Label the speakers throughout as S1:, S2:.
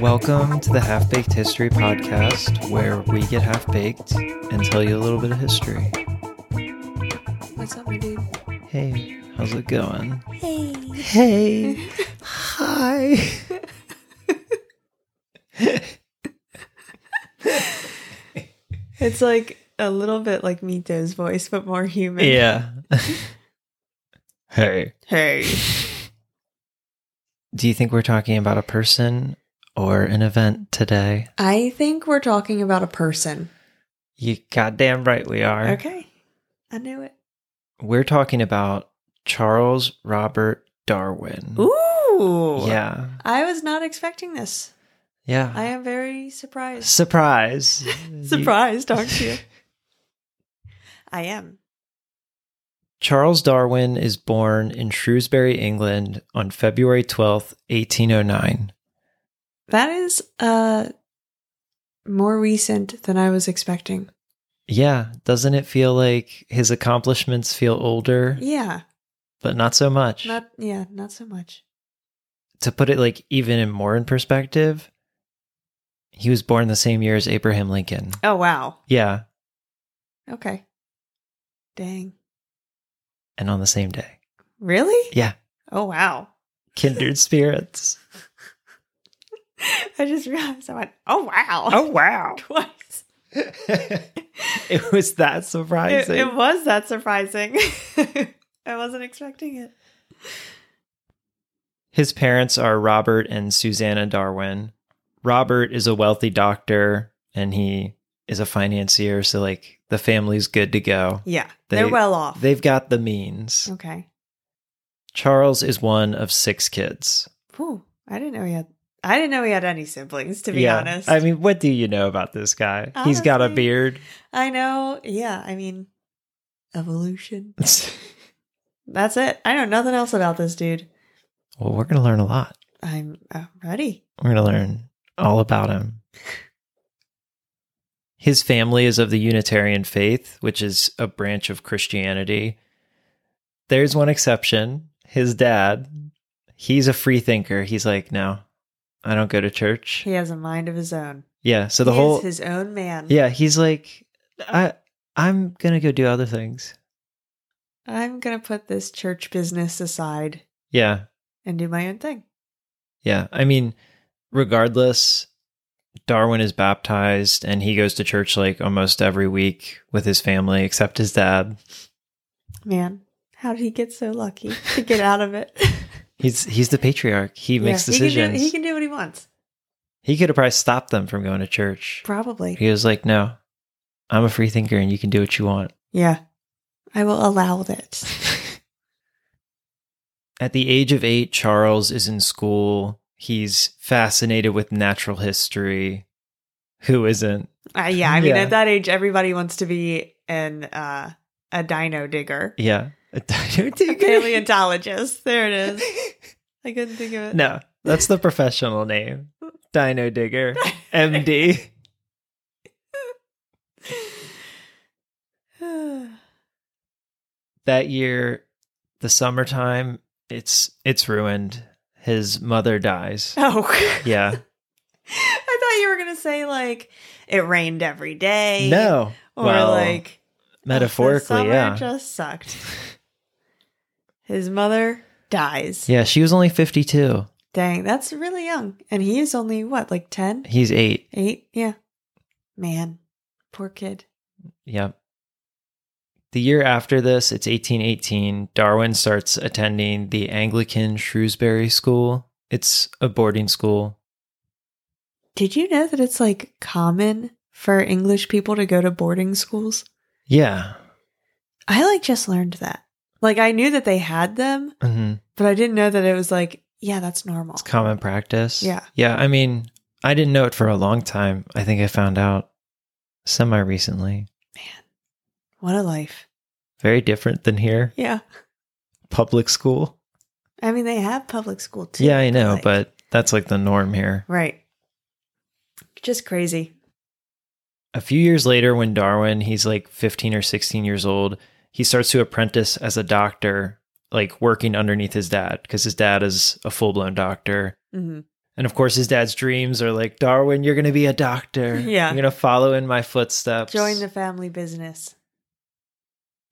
S1: Welcome to the Half Baked History Podcast, where we get half baked and tell you a little bit of history.
S2: What's up, my dude?
S1: Hey, how's it going?
S2: Hey.
S1: Hey. Hi.
S2: It's like a little bit like Mito's voice, but more human.
S1: Yeah. hey.
S2: Hey.
S1: Do you think we're talking about a person or an event today?
S2: I think we're talking about a person.
S1: You goddamn right we are.
S2: Okay. I knew it.
S1: We're talking about Charles Robert Darwin.
S2: Ooh.
S1: Yeah.
S2: I was not expecting this.
S1: Yeah.
S2: I am very surprised.
S1: Surprise.
S2: surprised, aren't you? I am.
S1: Charles Darwin is born in Shrewsbury, England on February oh 12th, 1809.
S2: That is uh more recent than I was expecting.
S1: Yeah, doesn't it feel like his accomplishments feel older,
S2: Yeah.
S1: but not so much?
S2: Not yeah, not so much.
S1: to put it like even in more in perspective, he was born the same year as Abraham Lincoln.
S2: Oh wow.
S1: Yeah,
S2: Okay. Dang.
S1: and on the same day.
S2: Really?
S1: Yeah,
S2: Oh wow.
S1: kindred spirits.
S2: I just realized I went, oh wow.
S1: wow.
S2: twice.
S1: it was that
S2: It,
S1: surprising.
S2: it was that surprising. I wasn't expecting it.
S1: His parents are Robert and Susanna Darwin. Robert is a wealthy doctor and he is a financier, so like the family's good to go.
S2: Yeah.
S1: They-
S2: They, are well off.
S1: They've got the means.
S2: okay.
S1: Charles is one of six kids.
S2: Whew. I didn't know he had I didn't know he had any siblings, to be honest.
S1: I mean, what do you know about this guy? He's got a
S2: Honestly.
S1: beard.
S2: I know, yeah, I mean evolution. That's it. I know nothing else about this dude.
S1: well, we're going to learn a lot.
S2: I'm uh, ready.
S1: We're going to learn all about him. His family is of the Unitarian faith, which is a branch of Christianity. There's one exception his dad. He's a free thinker. He's like, no, I don't go to church.
S2: He has a mind of his own.
S1: Yeah. So the
S2: he
S1: whole.
S2: is his own man.
S1: yeah. He's like, I, I'm going to go do other things.
S2: I'm gonna put this church business aside
S1: Yeah.
S2: and do my own thing.
S1: Yeah. I mean, regardless, Darwin is baptized and he goes to church like almost every week with his family, except his dad.
S2: Man, how did he get so lucky to get out of it?
S1: He's he's the patriarch. He makes
S2: Yeah,
S1: decisions.
S2: He can, do, he can do what he wants.
S1: could have probably stopped them from going to church.
S2: Probably.
S1: He was like, No, I'm a free thinker and you can do what you want.
S2: Yeah. I will allow that.
S1: At the age of eight, Charles is in school. He's fascinated with natural history. Who isn't?
S2: Uh, yeah. I mean,
S1: Yeah.
S2: at that age, everybody wants to be an uh, a dino digger,
S1: Yeah. A dino
S2: A
S1: digger.
S2: paleontologist. There it is. I couldn't think of it.
S1: No, that's the professional name. Dino Digger, MD.
S2: Oh,
S1: That year, the summertime, it's it's ruined. His mother dies.
S2: oh.
S1: Yeah.
S2: I thought you were gonna say like it rained every day.
S1: No.
S2: Or
S1: well,
S2: like
S1: metaphorically,
S2: the summer
S1: yeah.
S2: just sucked. His mother dies.
S1: Yeah, she was only 52.
S2: Dang, that's really young. And he is only what, like 10?
S1: He's 8.
S2: 8? Yeah. Man, poor kid.
S1: Yep. The year after this, it's 1818, Darwin starts attending the Anglican Shrewsbury School. It's a boarding school.
S2: Did you know that it's like common for English people to go to boarding schools?
S1: Yeah.
S2: I like just learned that. Like I knew that they had them,
S1: hmm
S2: but I didn't know that it was like, yeah, that's normal.
S1: It's common practice.
S2: Yeah.
S1: Yeah. I mean, I didn't know it for a long time. I think I found out semi recently.
S2: What a life.
S1: Very different than here.
S2: Yeah.
S1: Public school.
S2: I mean, they have public school too.
S1: yeah, I know,
S2: like-
S1: but that's like the norm here.
S2: Right. Just crazy.
S1: a few years later, when Darwin, he's like 15 or 16 years old, he starts to apprentice as a doctor, like working underneath his dad, because his dad is a full blown doctor.
S2: hmm
S1: And of course, his dad's dreams are like, Darwin, you're going to be a doctor.
S2: Yeah.
S1: You're going to follow in my footsteps.
S2: Join the family business.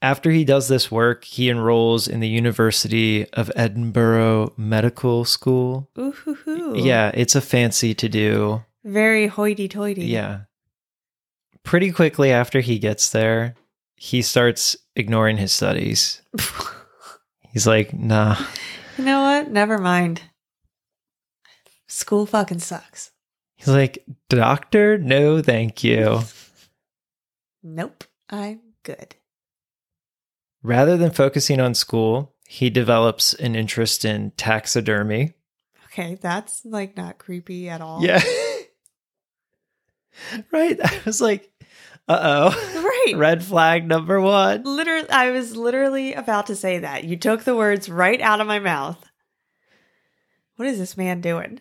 S1: After he does this work, he enrolls in the University of Edinburgh Medical School.
S2: Ooh hoo hoo.
S1: Yeah, it's a fancy to do.
S2: Very hoity toity.
S1: Yeah. Pretty quickly after he gets there, he starts ignoring his studies. He's like, nah,
S2: You know what? Never mind. School fucking sucks.
S1: He's like, Doctor, no, thank you.
S2: Nope. I'm good.
S1: Rather than focusing on school, he develops an interest in taxidermy.
S2: Okay, that's like not creepy at all.
S1: Yeah. right? I was like, uh oh.
S2: Right.
S1: Red flag number one.
S2: Literally, I was literally about to say that. You took the words right out of my mouth. What is this man doing?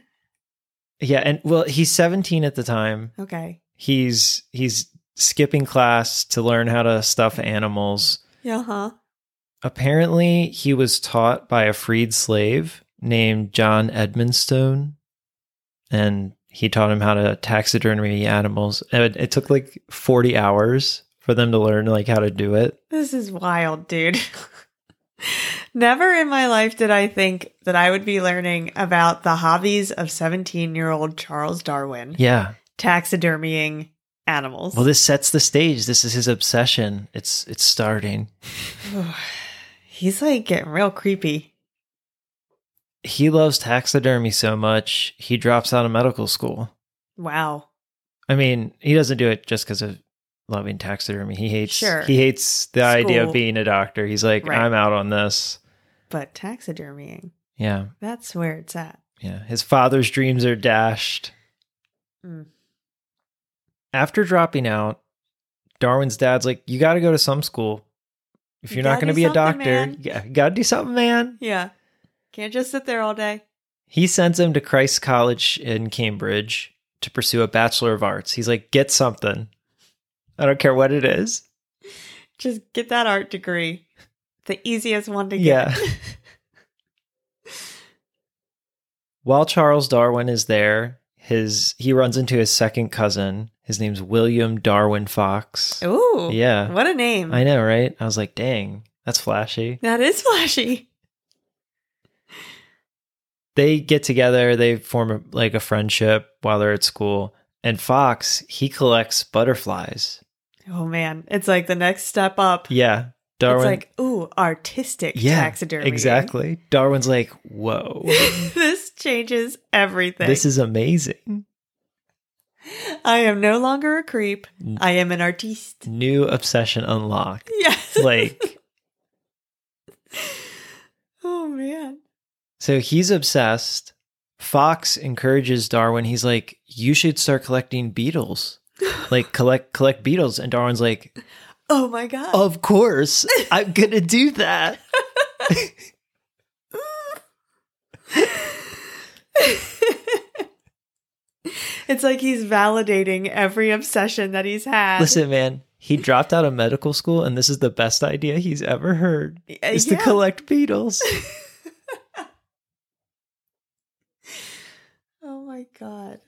S1: Yeah. And well, he's 17 at the time.
S2: Okay.
S1: He's, he's, Skipping class to learn how to stuff animals.
S2: Yeah, huh?
S1: Apparently, he was taught by a freed slave named John Edmonstone, and he taught him how to taxidermy animals. And it, it took like 40 hours for them to learn like how to do it.
S2: This is wild, dude. Never in my life did I think that I would be learning about the hobbies of 17 year old Charles Darwin
S1: Yeah.
S2: taxidermying animals.
S1: Well, this sets the stage. This is his obsession. It's it's starting.
S2: He's like getting real creepy.
S1: He loves taxidermy so much, he drops out of medical school.
S2: Wow.
S1: I mean, he doesn't do it just because of loving taxidermy. He hates
S2: Sure.
S1: he hates the idea of
S2: School.
S1: being a doctor. He's like,
S2: Right.
S1: I'm out on this.
S2: But taxidermying,
S1: Yeah,
S2: that's where it's at.
S1: yeah. His father's dreams are dashed.
S2: Mm.
S1: After dropping out, Darwin's dad's like, "You got to go to some school. If
S2: You
S1: you're not
S2: gotta
S1: going to
S2: do
S1: be a
S2: something,
S1: doctor,
S2: man."
S1: yeah, you got to do something, man."
S2: Yeah. Can't just sit there all day.
S1: He sends him to Christ's College in Cambridge to pursue a Bachelor of Arts. He's like, "Get something. I don't care what it is."
S2: Just get that art degree. The easiest one to
S1: Yeah.
S2: get.
S1: While Charles Darwin is there, his he runs into his second cousin. His name's William Darwin Fox.
S2: Ooh.
S1: Yeah.
S2: What a name.
S1: I know, right? I was like, dang, that's flashy.
S2: that is flashy.
S1: They get together, they form a, like a friendship while they're at school. And Fox, he collects butterflies.
S2: Oh man. It's like the next step up.
S1: Yeah. Darwin.
S2: It's like, ooh, artistic taxidermy.
S1: Exactly. Darwin's like, whoa,
S2: this changes everything.
S1: this is amazing.
S2: I am no longer a creep.
S1: Mm.
S2: I am an artiste.
S1: New obsession unlocked.
S2: Yes.
S1: Like,
S2: oh man.
S1: so he's obsessed. Fox encourages Darwin. He's like, you should start collecting beetles. Like collect collect beetles. And Darwin's like,
S2: Oh my god.
S1: Of course, I'm gonna do that.
S2: it's like he's validating every obsession that he's had.
S1: Listen, man, he dropped out of medical school, and this is the best idea he's ever heard:
S2: Uh,
S1: is
S2: yeah.
S1: to collect beetles.
S2: oh my god.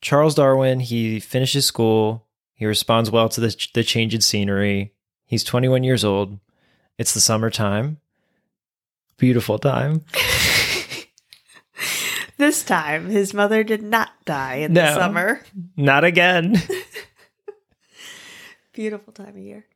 S1: Charles Darwin. He finishes school. He responds well to the the change in scenery. He's 21 years old. It's the summertime. Beautiful time.
S2: This time, his mother did not die in the
S1: No.
S2: summer.
S1: Not again.
S2: Beautiful time of year.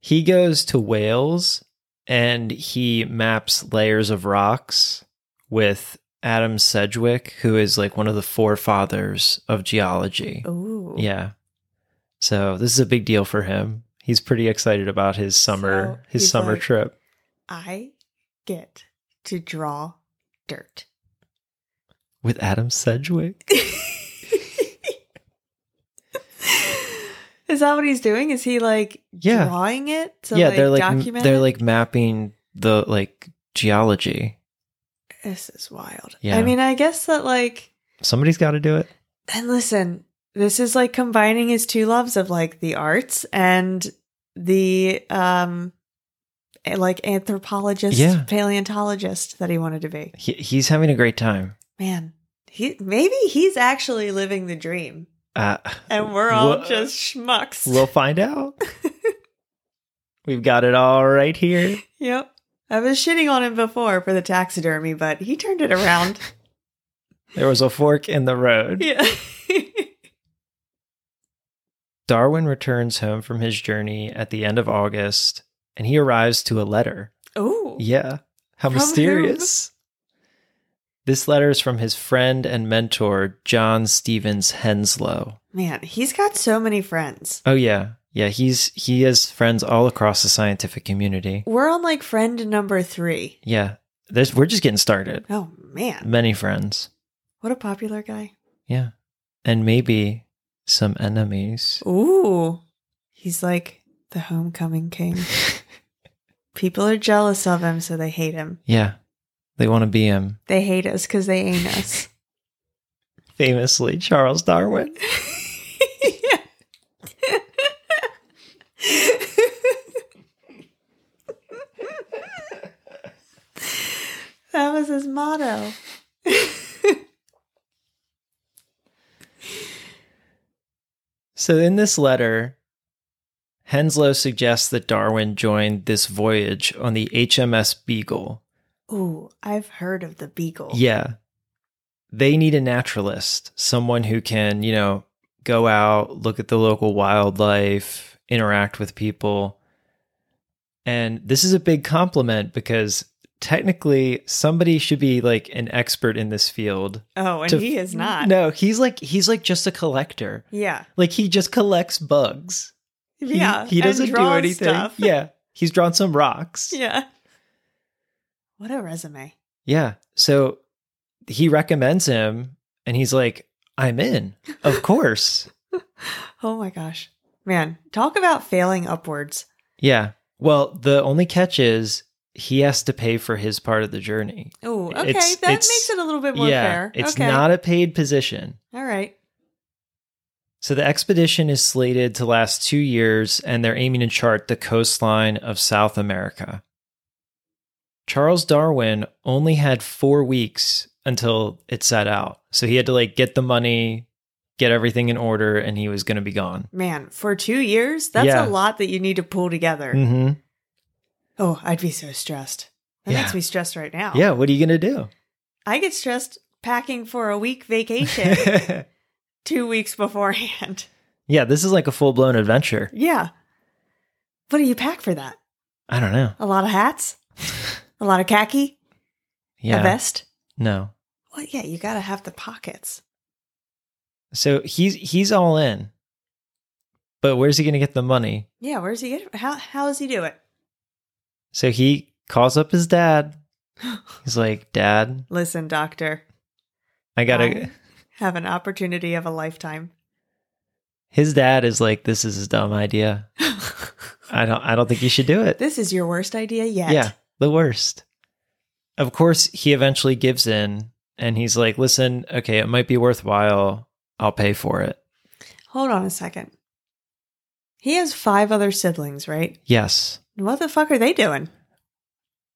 S1: He goes to Wales and he maps layers of rocks with Adam Sedgwick, who is like one of the forefathers of
S2: Oh.
S1: geology.
S2: Ooh.
S1: Yeah. So this is a big deal for him. He's pretty excited about his summer
S2: So
S1: his
S2: he's
S1: summer
S2: like-
S1: trip.
S2: I get to draw dirt.
S1: With Adam Sedgwick?
S2: Is that what he's doing? Is he like
S1: Yeah.
S2: drawing it? To,
S1: yeah,
S2: like,
S1: they're like
S2: document
S1: they're
S2: it?
S1: like mapping the like geology.
S2: this is wild.
S1: Yeah.
S2: I mean, I guess that like
S1: Somebody's gotta do it.
S2: and listen, this is like combining his two loves of like the arts and the um eh, like anthropologist,
S1: Yeah.
S2: paleontologist that he wanted to be.
S1: He, he's having a great time.
S2: Man, he maybe he's actually living the dream.
S1: Uh,
S2: And we're all
S1: Wha-
S2: just schmucks.
S1: we'll find out. We've got it all right here.
S2: yep. I was shitting on him before for the taxidermy, but he turned it around.
S1: There was a fork in the road.
S2: yeah.
S1: Darwin returns home from his journey at the end of August and he arrives to a letter.
S2: oh.
S1: Yeah. How
S2: From
S1: mysterious. This letter is from his friend and mentor, John Stevens Henslow.
S2: Man, he's got so many friends.
S1: Oh yeah. Yeah, he's he has friends all across the scientific community.
S2: We're on like friend number three.
S1: Yeah. There's, we're just getting started.
S2: Oh man.
S1: Many friends.
S2: What a popular guy.
S1: Yeah. And maybe some enemies.
S2: Ooh. He's like the homecoming king. People are jealous of him, so they hate him.
S1: Yeah. They want to be him.
S2: They hate us because they ain't us.
S1: Famously, Charles Darwin.
S2: that was his motto.
S1: So in this letter, Henslow suggests that Darwin joined this voyage on the HMS Beagle.
S2: Ooh, I've heard of the beagle.
S1: Yeah. They need a naturalist, someone who can, you know, go out, look at the local wildlife, interact with people. And this is a big compliment because technically somebody should be like an expert in this field.
S2: Oh, and
S1: To-
S2: he is not.
S1: No, he's like he's like just a collector.
S2: Yeah.
S1: Like he just collects bugs. He-
S2: yeah.
S1: He,
S2: and
S1: doesn't do
S2: draws
S1: anything.
S2: stuff.
S1: Yeah. He's drawn some rocks.
S2: Yeah. What a resume.
S1: Yeah. So he recommends him and he's like, I'm in. Of course.
S2: Oh my gosh. Man, talk about failing upwards.
S1: yeah. Well, the only catch is he has to pay for his part of the journey.
S2: Oh, okay.
S1: It's-
S2: that
S1: it's-
S2: makes it a little bit more
S1: yeah.
S2: fair.
S1: It's
S2: okay.
S1: not a paid position.
S2: All right.
S1: So the expedition is slated to last two years, and they're aiming to chart the coastline of South America. Charles Darwin only had four weeks until it set out. So he had to like get the money, get everything in order, and he was going to be gone.
S2: Man, for two years, that's
S1: Yeah.
S2: a lot that you need to pull together.
S1: hmm
S2: Oh, I'd be so stressed. That
S1: Yeah.
S2: makes me stressed right now.
S1: Yeah. What are you going to do?
S2: I get stressed packing for a week vacation two weeks beforehand.
S1: yeah. This is like a full blown adventure.
S2: Yeah. What do you pack for that?
S1: I don't know.
S2: A lot of hats? A lot of khaki?
S1: Yeah.
S2: A vest?
S1: No.
S2: Well, yeah, you got to have the pockets.
S1: So he's he's all in. But where's he going to get the money?
S2: Yeah, where's he get it? How, how does he do it?
S1: So he calls up his dad. He's like, Dad,
S2: Listen, doctor,
S1: I gotta.
S2: I have an opportunity of a lifetime.
S1: His dad is like, This is a dumb idea. I don't. I don't think you should do it.
S2: This is your worst idea yet.
S1: Yeah, the worst. Of course, he eventually gives in, and he's like, Listen, okay, it might be worthwhile. I'll pay for it.
S2: Hold on a second. He has five other siblings, right?
S1: Yes.
S2: What the fuck are they doing?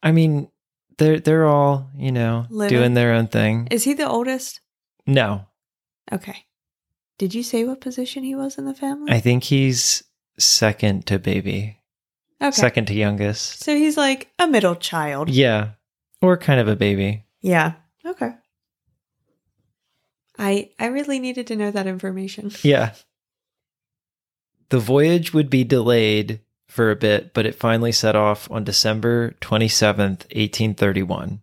S1: I mean, they're they're all you know
S2: Living.
S1: doing their own thing.
S2: Is he the oldest?
S1: no,
S2: Okay. Did you say what position he was in the family?
S1: I think he's second to baby,
S2: okay.
S1: second to youngest.
S2: So he's like a middle child.
S1: Yeah, or kind of a baby.
S2: Yeah. Okay. I I really needed to know that information.
S1: Yeah. The voyage would be delayed for a bit, but it finally set off on December 27th, 1831,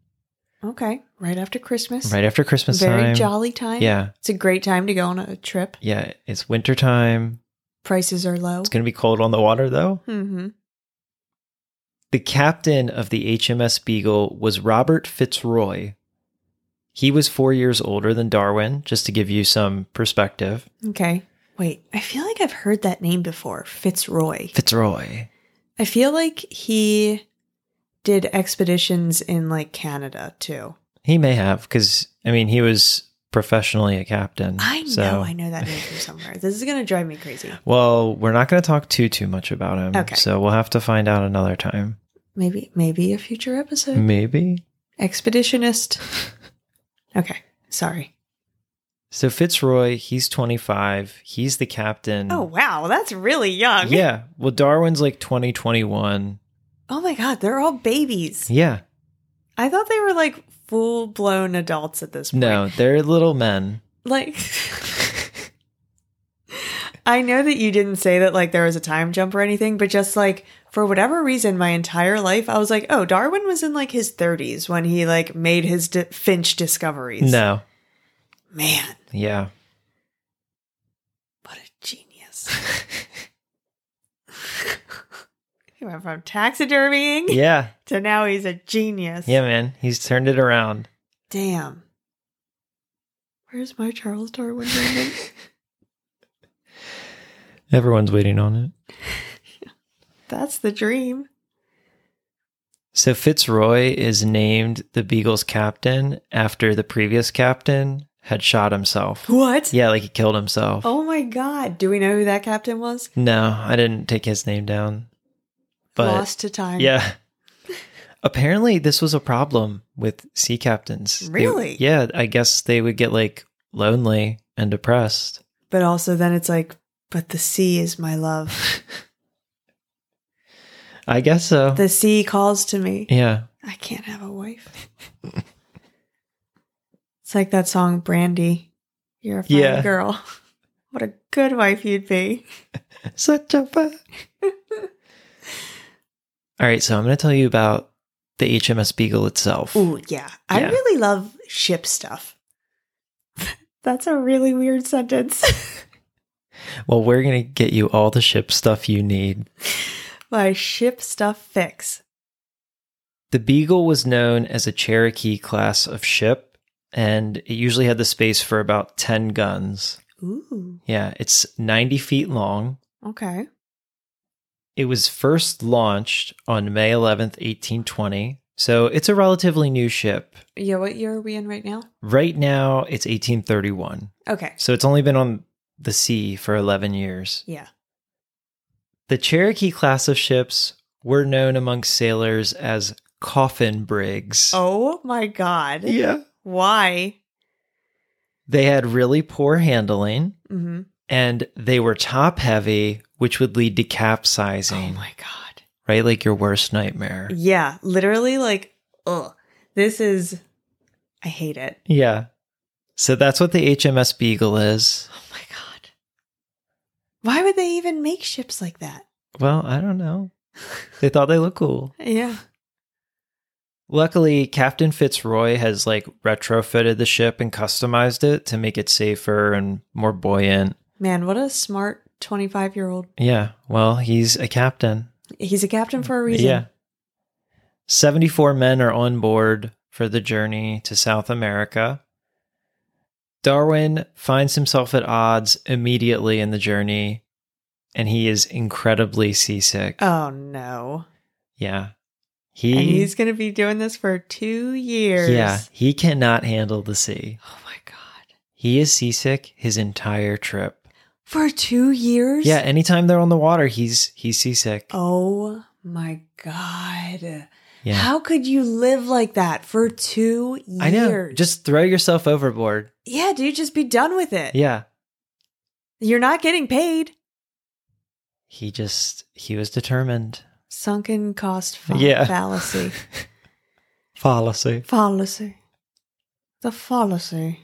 S2: Okay. Right after Christmas.
S1: right after Christmas
S2: Very
S1: time.
S2: jolly time.
S1: Yeah.
S2: It's a great time to go on a trip.
S1: Yeah. It's winter time.
S2: Prices are low.
S1: It's going to be cold on the water, though.
S2: Mm-hmm.
S1: The captain of the HMS Beagle was Robert Fitzroy. He was four years older than Darwin, just to give you some perspective.
S2: Okay. Wait, I feel like I've heard that name before. Fitzroy.
S1: Fitzroy.
S2: I feel like he did expeditions in like Canada too.
S1: He may have, because, I mean, he was professionally a captain.
S2: I know,
S1: so,
S2: I know that name from somewhere. This is going to drive me crazy.
S1: Well, we're not going to talk too too much about him.
S2: Okay.
S1: So we'll have to find out another time.
S2: Maybe, maybe a future
S1: Mm.
S2: episode.
S1: Maybe.
S2: Expeditionist. Okay, sorry.
S1: So Fitzroy, he's 25. He's the captain.
S2: Oh wow, that's really young.
S1: Yeah. Well, Darwin's like 2021. 21.
S2: Oh my god, they're all babies.
S1: yeah.
S2: I thought they were like full blown adults at this point.
S1: No, they're little men.
S2: Like I know that you didn't say that like there was a time jump or anything, but just like for whatever reason my entire life I was like, "Oh, Darwin was in like his 30s when he like made his di- Finch discoveries."
S1: No.
S2: Man,
S1: Yeah.
S2: what a genius. he went from taxidermying
S1: Yeah.
S2: to now he's a genius.
S1: Yeah, man. He's turned it around.
S2: Damn. Where's my Charles Darwin moment?
S1: Everyone's waiting on it.
S2: That's the dream.
S1: So Fitzroy is named the Beagle's captain after the previous captain had shot himself.
S2: What?
S1: Yeah, like he killed himself.
S2: Oh my god. Do we know who that captain was?
S1: No, I didn't take his name down. But
S2: Lost to time.
S1: yeah. Apparently this was a problem with sea captains. They-
S2: Really?
S1: yeah, I guess they would get like lonely and depressed.
S2: But also then it's like, but the sea is my love.
S1: I guess so.
S2: the sea calls to me.
S1: yeah.
S2: I can't have a wife. it's like that song Brandy. You're a fine
S1: Yeah.
S2: girl. What a good wife you'd be.
S1: Such a fun. All right, so I'm going to tell you about the HMS Beagle itself.
S2: Ooh, yeah. I
S1: Yeah.
S2: really love ship stuff. That's a really weird sentence.
S1: Well, we're going to get you all the ship stuff you need.
S2: My ship stuff fix.
S1: The Beagle was known as a Cherokee class of ship, and it usually had the space for about 10 guns.
S2: Ooh.
S1: Yeah, it's 90 feet long.
S2: Okay.
S1: It was first launched on May 11th, 1820. So it's a relatively new ship.
S2: Yeah, what year are we in right now?
S1: Right now, it's 1831.
S2: Okay.
S1: So it's only been on the sea for 11 years.
S2: Yeah.
S1: The Cherokee class of ships were known amongst sailors as coffin brigs.
S2: Oh my god.
S1: yeah.
S2: Why?
S1: They had really poor handling
S2: Mm-hmm.
S1: and they were top heavy, which would lead to capsizing,
S2: Oh god.
S1: right? Like your worst nightmare.
S2: Yeah, literally like ugh. This is I hate it.
S1: Yeah. So that's what the HMS Beagle is.
S2: Oh my god. Why would they even make ships like that?
S1: Well, I don't know. They thought they looked cool.
S2: Yeah.
S1: Luckily, Captain Fitzroy has like retrofitted the ship and customized it to make it safer and more buoyant.
S2: Man, what a smart 25-year-old.
S1: Yeah, well, he's a captain.
S2: He's a captain for a reason.
S1: Yeah. 74 men are on board for the journey to South America. Darwin finds himself at odds immediately in the journey, and he is incredibly seasick.
S2: Oh no.
S1: Yeah.
S2: And
S1: He,
S2: he's going to be doing this for 2 years.
S1: yeah, he cannot handle the sea.
S2: Oh my god.
S1: He is seasick his entire trip.
S2: For 2 years?
S1: Yeah, anytime they're on the water, he's he's seasick.
S2: Oh my god.
S1: yeah.
S2: How could you live like that for 2 years?
S1: I know. Just throw yourself overboard.
S2: Yeah, dude, just be done with it.
S1: Yeah.
S2: You're not getting paid.
S1: He just he was determined.
S2: Sunken cost fa-
S1: Yeah.
S2: fallacy.
S1: Fallacy.
S2: Fallacy. The fallacy.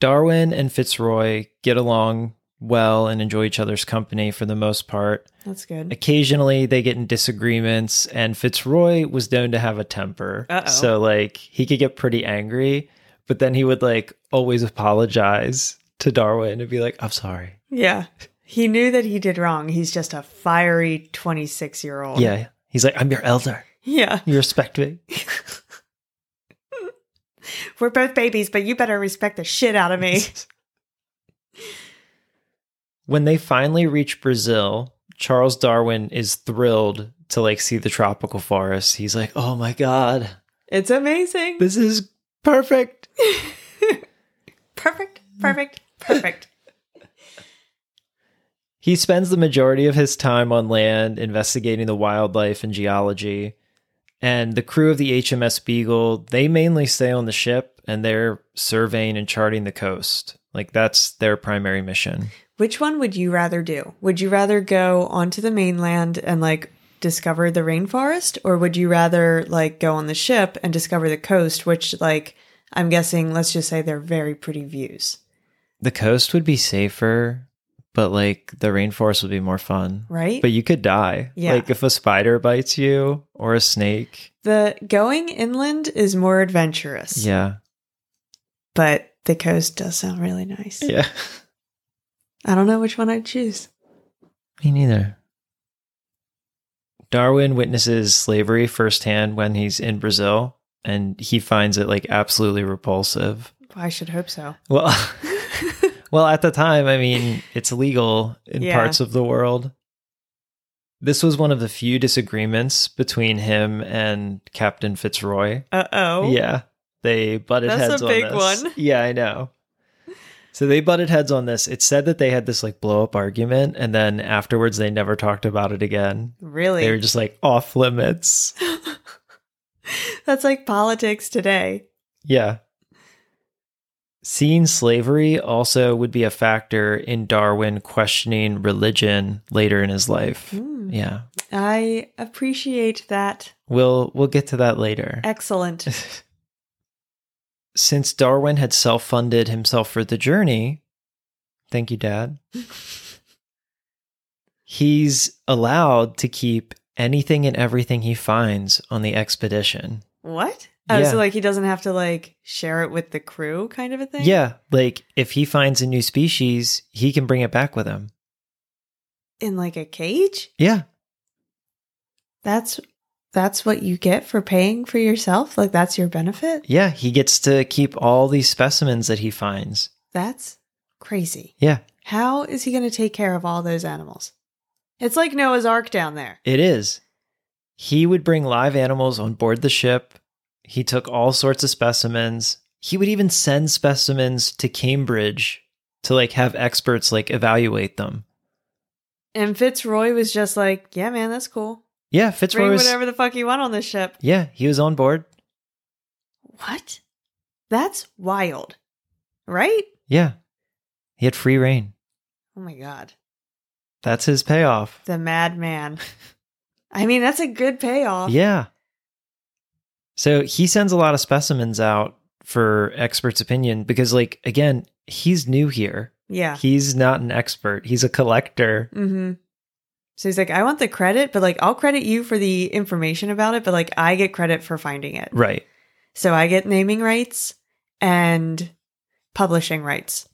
S1: Darwin and Fitzroy get along well and enjoy each other's company for the most part.
S2: That's good.
S1: Occasionally they get in disagreements and Fitzroy was known to have a temper.
S2: Uh-oh.
S1: So like he could get pretty angry, but then he would like always apologize to Darwin and be like, "I'm sorry."
S2: Yeah. He knew that he did wrong. He's just a fiery 26 year old.
S1: Yeah. He's like, "I'm your elder.
S2: Yeah.
S1: You respect me."
S2: We're both babies, but you better respect the shit out of me.
S1: when they finally reach Brazil, Charles Darwin is thrilled to like see the tropical forest. He's like, "Oh my god,
S2: it's amazing.
S1: this is perfect."
S2: Perfect. Perfect. Perfect.
S1: He spends the majority of his time on land investigating the wildlife and geology. And the crew of the HMS Beagle, they mainly stay on the ship and they're surveying and charting the coast. Like that's their primary mission.
S2: Which one would you rather do? Would you rather go onto the mainland and like discover the rainforest or would you rather like go on the ship and discover the coast which like I'm guessing let's just say they're very pretty views,
S1: The coast would be safer, but like the rainforest would be more fun.
S2: right?
S1: But you could die.
S2: Yeah.
S1: Like if a spider bites you or a snake.
S2: the going inland is more adventurous.
S1: Yeah.
S2: But the coast does sound really nice.
S1: Yeah.
S2: I don't know which one I'd choose.
S1: Me neither. Darwin witnesses slavery firsthand when he's in Brazil and he finds it like absolutely repulsive.
S2: I should hope so.
S1: Well, well at the time, I mean, it's illegal in
S2: Yeah.
S1: parts of the world. This was one of the few disagreements between him and Captain Fitzroy.
S2: uh oh.
S1: Yeah. They butted
S2: That's a
S1: heads
S2: big
S1: on this.
S2: one.
S1: Yeah, I know. So they butted heads on this. It said that they had this like blow up argument, and then afterwards they never talked about it again.
S2: Really?
S1: They were just like off limits.
S2: That's like politics today.
S1: Yeah. Seeing slavery also would be a factor in Darwin questioning religion later in his life.
S2: Hmm.
S1: Yeah.
S2: I appreciate that.
S1: We'll we'll get to that later.
S2: Excellent.
S1: Since Darwin had self funded himself for the journey, thank you, Dad, he's allowed to keep anything and everything he finds on the expedition.
S2: what? Oh,
S1: Yeah.
S2: so like he doesn't have to like share it with the crew kind of a thing?
S1: Yeah, like if he finds a new species, he can bring it back with him.
S2: In like a cage?
S1: Yeah.
S2: That's that's what you get for paying for yourself? Like that's your benefit?
S1: Yeah. He gets to keep all these specimens that he finds.
S2: That's crazy.
S1: Yeah.
S2: How is he going to take care of all those animals? It's like Noah's Ark down there.
S1: It is. He would bring live animals on board the ship. He took all sorts of specimens. He would even send specimens to Cambridge to like have experts like evaluate them.
S2: And Fitzroy was just like, "Yeah, man, that's cool.
S1: Yeah, Fitzroy
S2: Bring
S1: was
S2: whatever the fuck you want on this ship."
S1: Yeah, he was on board.
S2: What? That's wild. Right?
S1: Yeah. He had free reign.
S2: Oh my god.
S1: That's his payoff.
S2: The madman. I mean, that's a good payoff.
S1: Yeah. So he sends a lot of specimens out for experts' opinion because like again, he's new here.
S2: Yeah.
S1: He's not an expert. He's a collector.
S2: Mhm. So he's like, "I want the credit, but like I'll credit you for the information about it, but like I get credit for finding it."
S1: Right.
S2: So I get naming rights and publishing rights.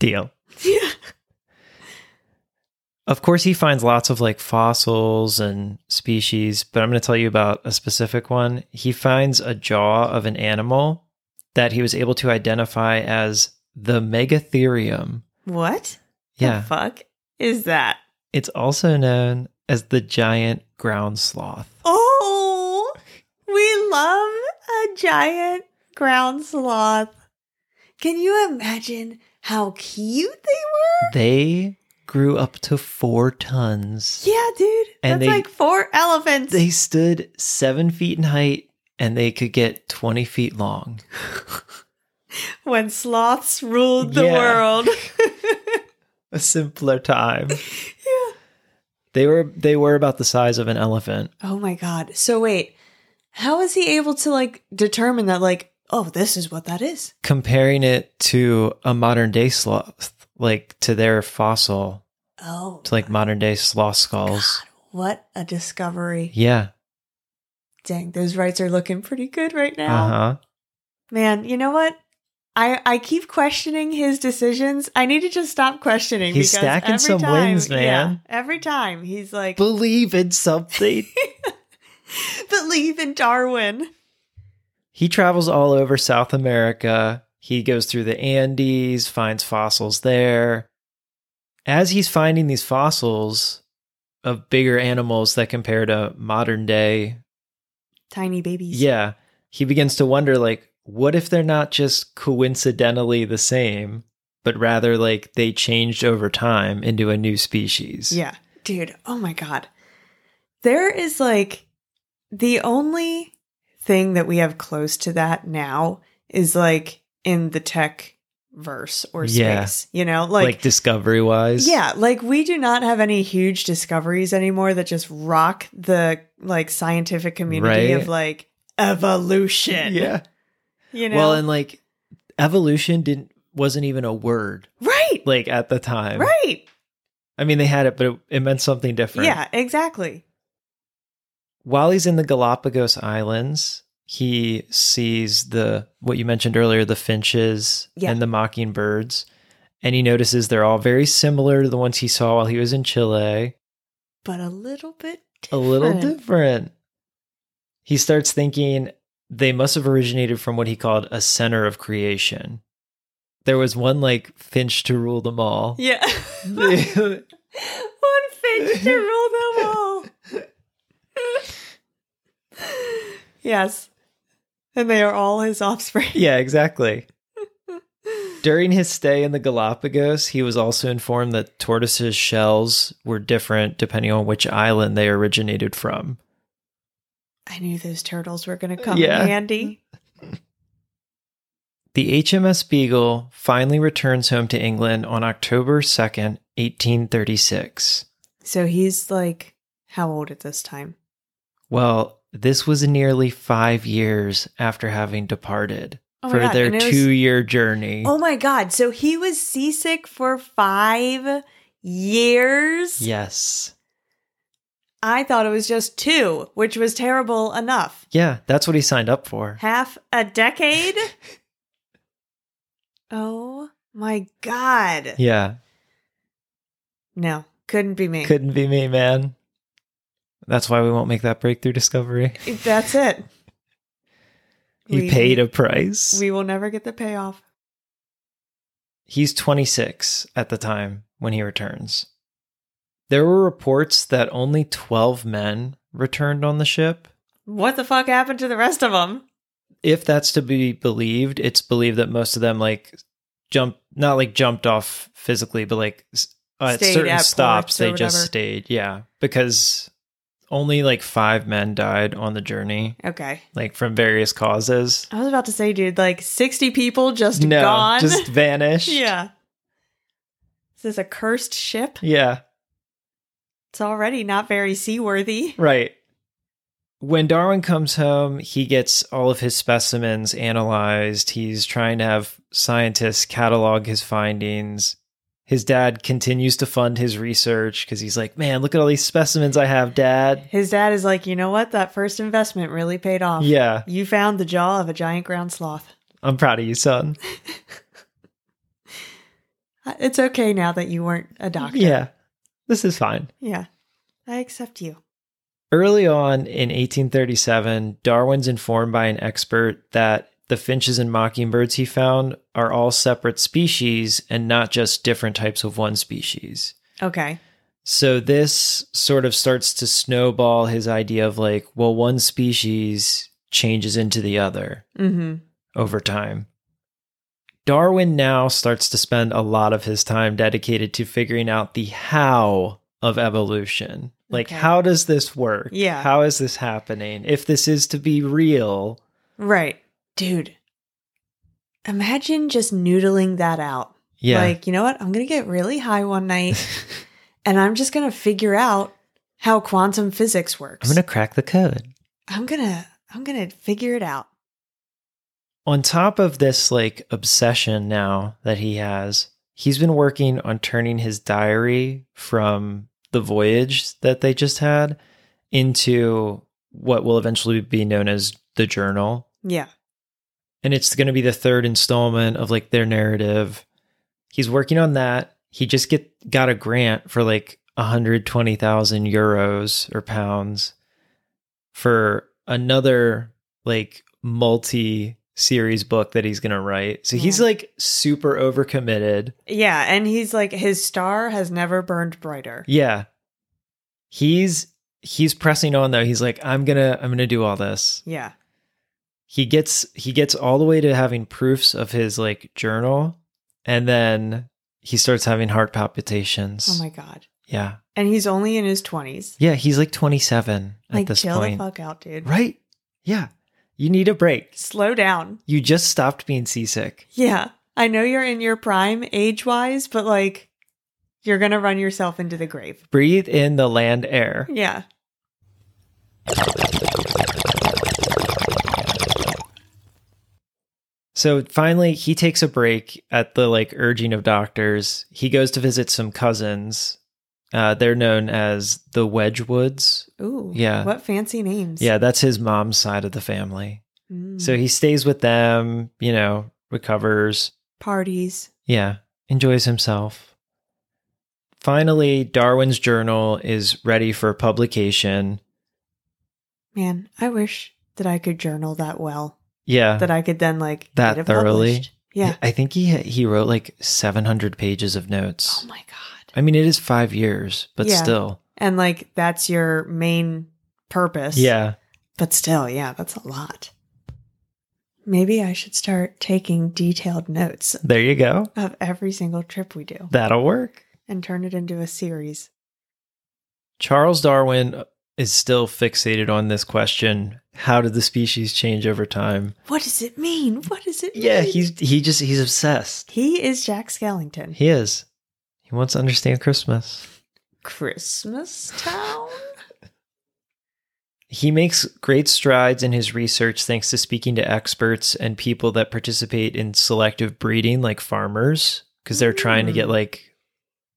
S1: Deal.
S2: Yeah.
S1: Of course, he finds lots of like fossils and species, but I'm going to tell you about a specific one. He finds a jaw of an animal that he was able to identify as the megatherium.
S2: What?
S1: Yeah.
S2: The fuck is that?
S1: It's also known as the giant ground sloth.
S2: Oh, we love a giant ground sloth. Can you imagine how cute they
S1: They grew up to four tons.
S2: were? Yeah, dude.
S1: And
S2: That's
S1: they-
S2: like four elephants.
S1: They stood seven feet in height and they could get 20 feet long.
S2: when sloths ruled the
S1: Yeah.
S2: world.
S1: A simpler time. They were they were about the size of an elephant.
S2: oh my god. So wait, how is he able to like determine that like, oh, this is what that is?
S1: comparing it to a modern day sloth, like to their fossil,
S2: Oh.
S1: to like modern day sloth skulls.
S2: what a discovery.
S1: Yeah.
S2: Dang, those rights are looking pretty good right
S1: Uh
S2: now.
S1: huh.
S2: Man, you know what? I I keep questioning his decisions. I need to just stop questioning.
S1: He's
S2: because
S1: stacking
S2: every
S1: some
S2: time,
S1: wins, man.
S2: Yeah, every time he's like,
S1: Believe in something.
S2: believe in Darwin.
S1: he travels all over South America. He goes through the Andes, finds fossils there. As he's finding these fossils of bigger animals that compare to modern day
S2: Tiny babies.
S1: Yeah. He begins to wonder, like, what if they're not just coincidentally the same, but rather like they changed over time into a new species?
S2: Yeah. Dude, oh my God. There is like the only thing that we have close to that now is like in the tech verse or space,
S1: Yeah.
S2: you know?
S1: Like,
S2: Like,
S1: discovery wise?
S2: yeah, like we do not have any huge discoveries anymore that just rock the like scientific community
S1: Right.
S2: of like evolution.
S1: Yeah.
S2: You know?
S1: Well, and like evolution didn't wasn't even a word
S2: right.
S1: like at the time.
S2: Right.
S1: I mean, they had it, but it, it meant something different.
S2: Yeah, exactly.
S1: While he's in the Galapagos Islands, he sees the what you mentioned earlier, the finches
S2: Yeah.
S1: and the mockingbirds, and he notices they're all very similar to the ones he saw while he was in Chile.
S2: But a little bit
S1: A little
S2: different.
S1: different. He starts thinking they must have originated from what he called a center of creation. There was one like finch to rule them all.
S2: Yeah. One finch to rule them all. yes. And they are all his offspring.
S1: Yeah, exactly. During his stay in the Galapagos, he was also informed that tortoises' shells were different depending on which island they originated from.
S2: I knew those turtles were going to come
S1: Yeah.
S2: in handy.
S1: The HMS Beagle finally returns home to England on October 2nd, 1836.
S2: So he's like, how old at this time?
S1: Well, this was nearly five years after having departed
S2: Oh my
S1: for
S2: God,
S1: their
S2: and it was-
S1: two year journey.
S2: Oh my God. So he was seasick for five years?
S1: Yes.
S2: I thought it was just two, which was terrible enough.
S1: Yeah, that's what he signed up for.
S2: Half a decade? oh my God.
S1: Yeah,
S2: No, couldn't be me.
S1: couldn't be me, man. That's why we won't make that breakthrough discovery.
S2: That's it.
S1: He
S2: We-
S1: paid a price.
S2: We will never get the payoff.
S1: He's 26 at the time when he returns. There were reports that only 12 men returned on the ship.
S2: What the fuck happened to the rest of them?
S1: If that's to be believed, it's believed that most of them like jump not like jumped off physically, but like s- uh, at
S2: Stayed
S1: certain
S2: at ports
S1: stops
S2: or
S1: they just
S2: whatever.
S1: stayed. Yeah, because only like 5 men died on the journey,
S2: Okay.
S1: like from various causes.
S2: I was about to say, dude, like 60 people just
S1: no,
S2: gone.
S1: just vanished.
S2: yeah. Is this a cursed ship?
S1: Yeah.
S2: It's already not very seaworthy.
S1: Right. When Darwin comes home, he gets all of his specimens analyzed. He's trying to have scientists catalog his findings. His dad continues to fund his research because he's like, man, look at all these specimens I have, dad.
S2: His dad is like, you know what? That first investment really paid off.
S1: Yeah,
S2: You found the jaw of a giant ground sloth.
S1: I'm proud of you, son.
S2: Uh, It's okay now that you weren't a doctor.
S1: Yeah, this is fine.
S2: Yeah. I accept you.
S1: Early on in 1837, Darwin's informed by an expert that the finches and mockingbirds he found are all separate species and not just different types of one species.
S2: Okay.
S1: So this sort of starts to snowball his idea of like, well, one species changes into the other
S2: Mm-hmm.
S1: over time. Darwin now starts to spend a lot of his time dedicated to figuring out the how of evolution. Like,
S2: Okay.
S1: how does this work?
S2: Yeah.
S1: How is this happening? If this is to be real,
S2: Right. Dude. Imagine just noodling that out.
S1: yeah.
S2: Like, you know what? I'm going to get really high one night and I'm just going to figure out how quantum physics works.
S1: I'm going to crack the code.
S2: I'm going to I'm going to figure it out.
S1: on top of this like obsession now that he has, he's been working on turning his diary from the voyage that they just had into what will eventually be known as the journal.
S2: Yeah.
S1: And it's going to be the third installment of like their narrative. He's working on that. He just get got a grant for like 120,000 euros or pounds for another like multi series book that he's going to write. So he's
S2: Yeah.
S1: like super overcommitted.
S2: Yeah, and he's like his star has never burned brighter.
S1: Yeah. He's he's pressing on though. He's like I'm going to I'm going to do all this.
S2: Yeah.
S1: he gets he gets all the way to having proofs of his like journal and then he starts having heart palpitations.
S2: Oh my god.
S1: yeah.
S2: And he's only in his 20s.
S1: Yeah, he's like 27
S2: Like
S1: at this
S2: chill
S1: point.
S2: the fuck out, dude.
S1: Right? Yeah. You need a break.
S2: Slow down.
S1: You just stopped being seasick.
S2: Yeah. I know you're in your prime age-wise, but like you're going to run yourself into the grave.
S1: Breathe in the land air.
S2: Yeah.
S1: So finally, he takes a break at the like urging of doctors. He goes to visit some cousins. Uh, they're known as the Wedgwoods.
S2: Ooh.
S1: Yeah.
S2: What fancy names.
S1: Yeah, that's his mom's side of the family.
S2: Mm.
S1: So he stays with them, you know, recovers.
S2: parties.
S1: Yeah, enjoys himself. Finally, Darwin's journal is ready for publication.
S2: Man, I wish that I could journal that well.
S1: Yeah.
S2: That I could then like
S1: That
S2: get it
S1: thoroughly?
S2: published. Yeah.
S1: I think he he wrote like 700 pages of
S2: Oh
S1: notes.
S2: my god.
S1: I mean, it is 5 years, but
S2: Yeah.
S1: still.
S2: And like that's your main purpose.
S1: Yeah.
S2: But still, yeah, that's a lot. Maybe I should start taking detailed notes
S1: There you go.
S2: of every single trip we do
S1: That'll work.
S2: and turn it into a series.
S1: Charles Darwin is still fixated on this question, how did the species change over time?
S2: What does it mean? What does it
S1: Yeah,
S2: mean?
S1: he's he just he's obsessed.
S2: He is Jack Skellington.
S1: He is. He wants to understand Christmas.
S2: Christmas Town?
S1: He makes great strides in his research thanks to speaking to experts and people that participate in selective breeding, like farmers, because they're trying to
S2: Mm.
S1: get like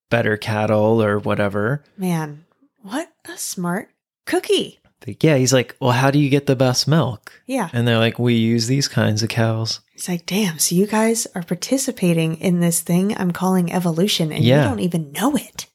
S1: better cattle or whatever.
S2: Man, what a smart cookie.
S1: But yeah, he's like, Well, how do you get the best milk?
S2: Yeah.
S1: And they're like, We use these kinds of cows.
S2: He's like, damn, so you guys are participating in this thing I'm calling evolution and
S1: Yeah.
S2: you don't even know it.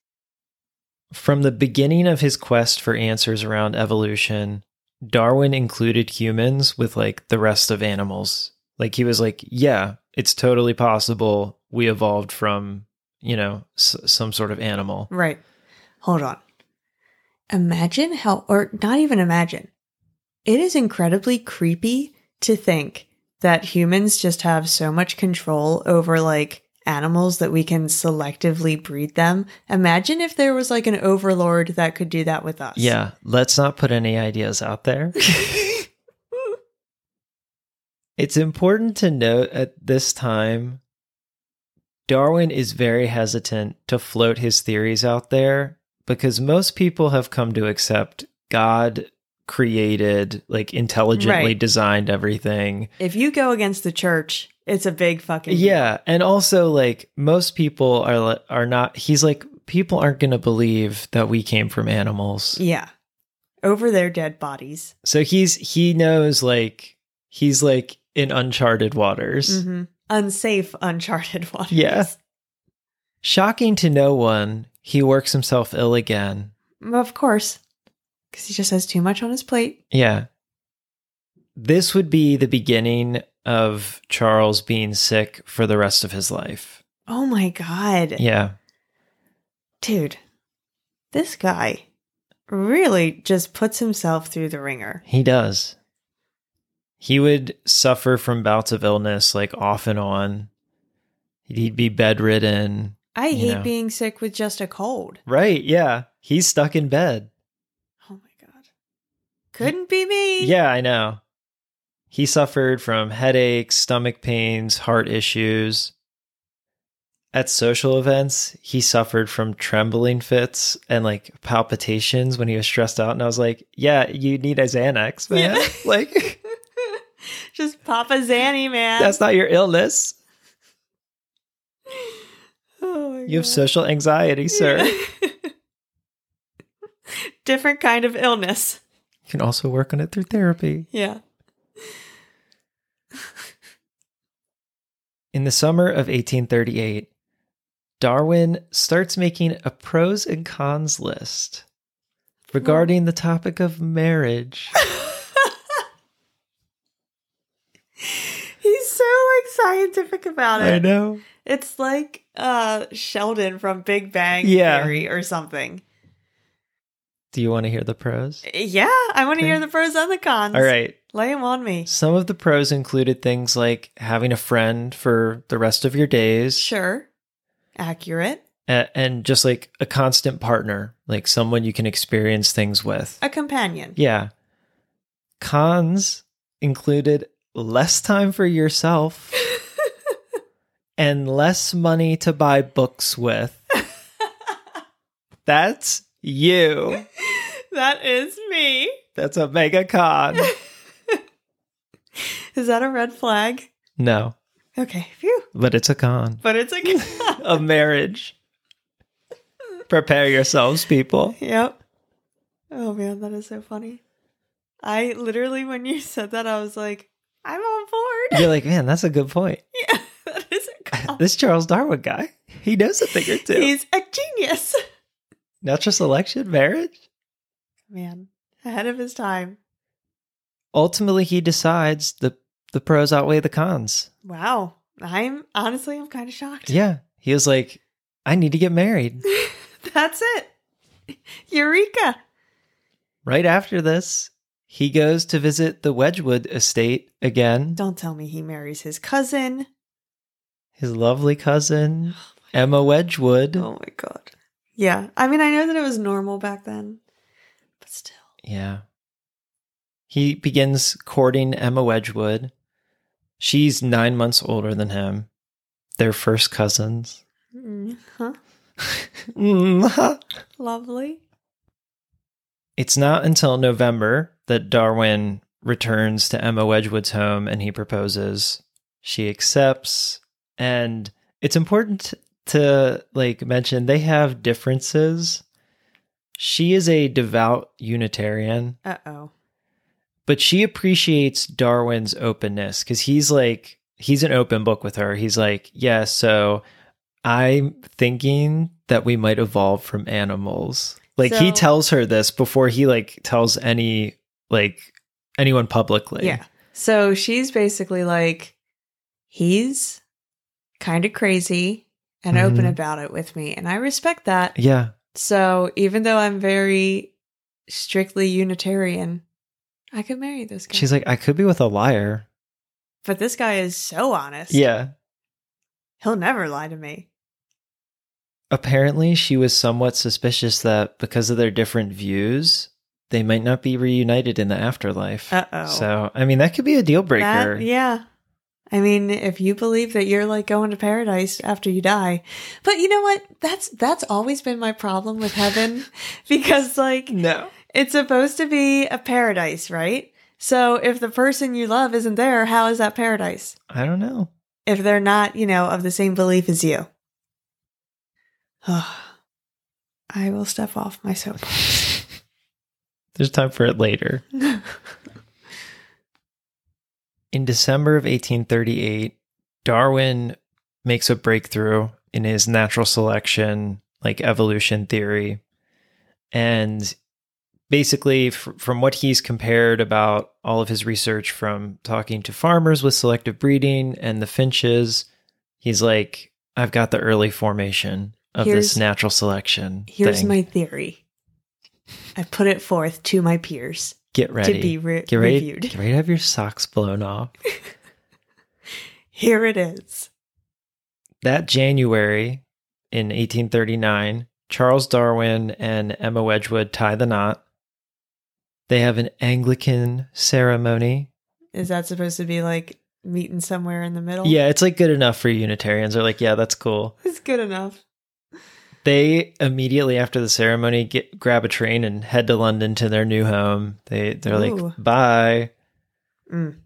S1: From the beginning of his quest for answers around evolution, Darwin included humans with like the rest of animals. Like he was like, yeah, it's totally possible we evolved from, you know, s- some sort of animal.
S2: Right. Hold on. Imagine how, or not even imagine. It is incredibly creepy to think that humans just have so much control over like animals that we can selectively breed them. Imagine if there was like an overlord that could do that with us.
S1: Yeah, let's not put any ideas out there. It's important to note at this time, Darwin is very hesitant to float his theories out there because most people have come to accept God created, like intelligently
S2: Right.
S1: designed everything.
S2: If you go against the church, it's a big fucking deal.
S1: Yeah, and also like most people are li- are not. He's like people aren't going to believe that we came from animals.
S2: Yeah. Over their dead bodies.
S1: So he's he knows like he's like in uncharted waters.
S2: Mhm. Unsafe, uncharted waters.
S1: Yeah. Shocking to no one, he works himself ill again.
S2: Of course. Because he just has too much on his plate.
S1: Yeah. This would be the beginning of Charles being sick for the rest of his life.
S2: Oh my God.
S1: Yeah.
S2: Dude, this guy really just puts himself through the ringer.
S1: He does. He would suffer from bouts of illness like off and on. He'd be bedridden.
S2: I
S1: You
S2: hate
S1: know.
S2: being sick with just a cold.
S1: Right. Yeah. He's stuck in bed.
S2: Oh my God. Couldn't be me.
S1: Yeah, I know. He suffered from headaches, stomach pains, heart issues. At social events, he suffered from trembling fits and like palpitations when he was stressed out. And I was like, yeah, you need a Xanax, man.
S2: Yeah.
S1: like,
S2: just Papa Zanny, man.
S1: that's not your illness.
S2: Oh my
S1: You have
S2: God.
S1: social anxiety, sir. You
S2: Different kind of illness.
S1: can also work on it through therapy.
S2: Yeah.
S1: In the summer of 1838, Darwin starts making a pros and cons list regarding the topic of marriage.
S2: He's so like scientific about it.
S1: know.
S2: It's like uh Sheldon from Big Bang
S1: Yeah.
S2: Theory or something.
S1: Do you want to hear the pros?
S2: Yeah, I want to hear the pros and the cons.
S1: All right.
S2: Lay them on me.
S1: Some of the pros included things like having a friend for the rest of your days
S2: Sure. Accurate.
S1: a- and just like a constant partner, like someone you can experience things with.
S2: A companion.
S1: Yeah. Cons included less time for yourself and less money to buy books with. That's you.
S2: That is me.
S1: That's a mega con.
S2: Is that a red flag?
S1: No,
S2: Okay, phew.
S1: but it's a con.
S2: But it's a con.
S1: A marriage. Prepare yourselves, people.
S2: yep. Oh man, that is so funny. I literally, when you said that, I was like, I'm on board.
S1: You're like, man, that's a good point.
S2: Yeah, that is a con.
S1: This Charles Darwin guy, he knows a thing or two.
S2: He's a genius.
S1: Natural selection, marriage.
S2: Man, ahead of his time.
S1: ultimately he decides the the pros outweigh the cons.
S2: Wow. I'm honestly, I'm kind of shocked.
S1: Yeah. He was like, I need to get married.
S2: That's it. Eureka.
S1: right after this, he goes to visit the Wedgwood estate again.
S2: Don't tell me he marries his cousin.
S1: His lovely cousin, Emma Wedgwood.
S2: Oh my god. Yeah. I mean, I know that it was normal back then, but still.
S1: Yeah. He begins courting Emma Wedgwood. She's nine months older than him. They're first cousins.
S2: Mm, huh?
S1: Mhm.
S2: Lovely.
S1: It's not until November that Darwin returns to Emma Wedgwood's home and he proposes. She accepts and it's important to like mention they have differences. She is a devout Unitarian,
S2: Uh oh.
S1: but she appreciates Darwin's openness cuz he's like he's an open book with her. He's like, "Yeah, so I'm thinking that we might evolve from animals." Like he
S2: So-
S1: tells her this before he like tells any like anyone publicly.
S2: Yeah. So she's basically like, he's kind of crazy and open
S1: Mhm.
S2: about it with me. And I respect that.
S1: Yeah.
S2: So even though I'm very strictly Unitarian, I could marry this guy.
S1: She's like, "I could be with a liar."
S2: but this guy is so honest.
S1: Yeah.
S2: He'll never lie to me.
S1: Apparently, she was somewhat suspicious that because of their different views, they might not be reunited in the afterlife.
S2: Uh-oh.
S1: So, I mean, that could be a deal
S2: That-
S1: breaker.
S2: yeah. I mean, if you believe that you're like going to paradise after you die. But you know what? That's that's always been my problem with heaven because like
S1: No.
S2: it's supposed to be a paradise, right? So if the person you love isn't there, how is that paradise?
S1: I don't know.
S2: If they're not, you know, of the same belief as you. I will step off my soapbox.
S1: There's time for it later. In December of 1838, Darwin makes a breakthrough in his natural selection, like evolution theory. And basically, f- from what he's compared about all of his research from talking to farmers with selective breeding and the finches, he's like, I've got the early formation of this
S2: Here's-
S1: natural selection.
S2: Here's
S1: thing.
S2: my theory. I put it forth to my peers
S1: get ready.
S2: to be re-
S1: get ready,
S2: reviewed.
S1: Get ready to have your socks blown off.
S2: Here it is.
S1: that January in 1839, Charles Darwin and Emma Wedgwood tie the knot. They have an Anglican ceremony.
S2: Is that supposed to be like meeting somewhere in the middle?
S1: Yeah, it's like good enough for Unitarians. They're like, yeah, that's cool.
S2: It's good enough.
S1: They immediately after the ceremony get, grab a train and head to London to their new home. They they're
S2: Ooh.
S1: like, bye.
S2: Mm.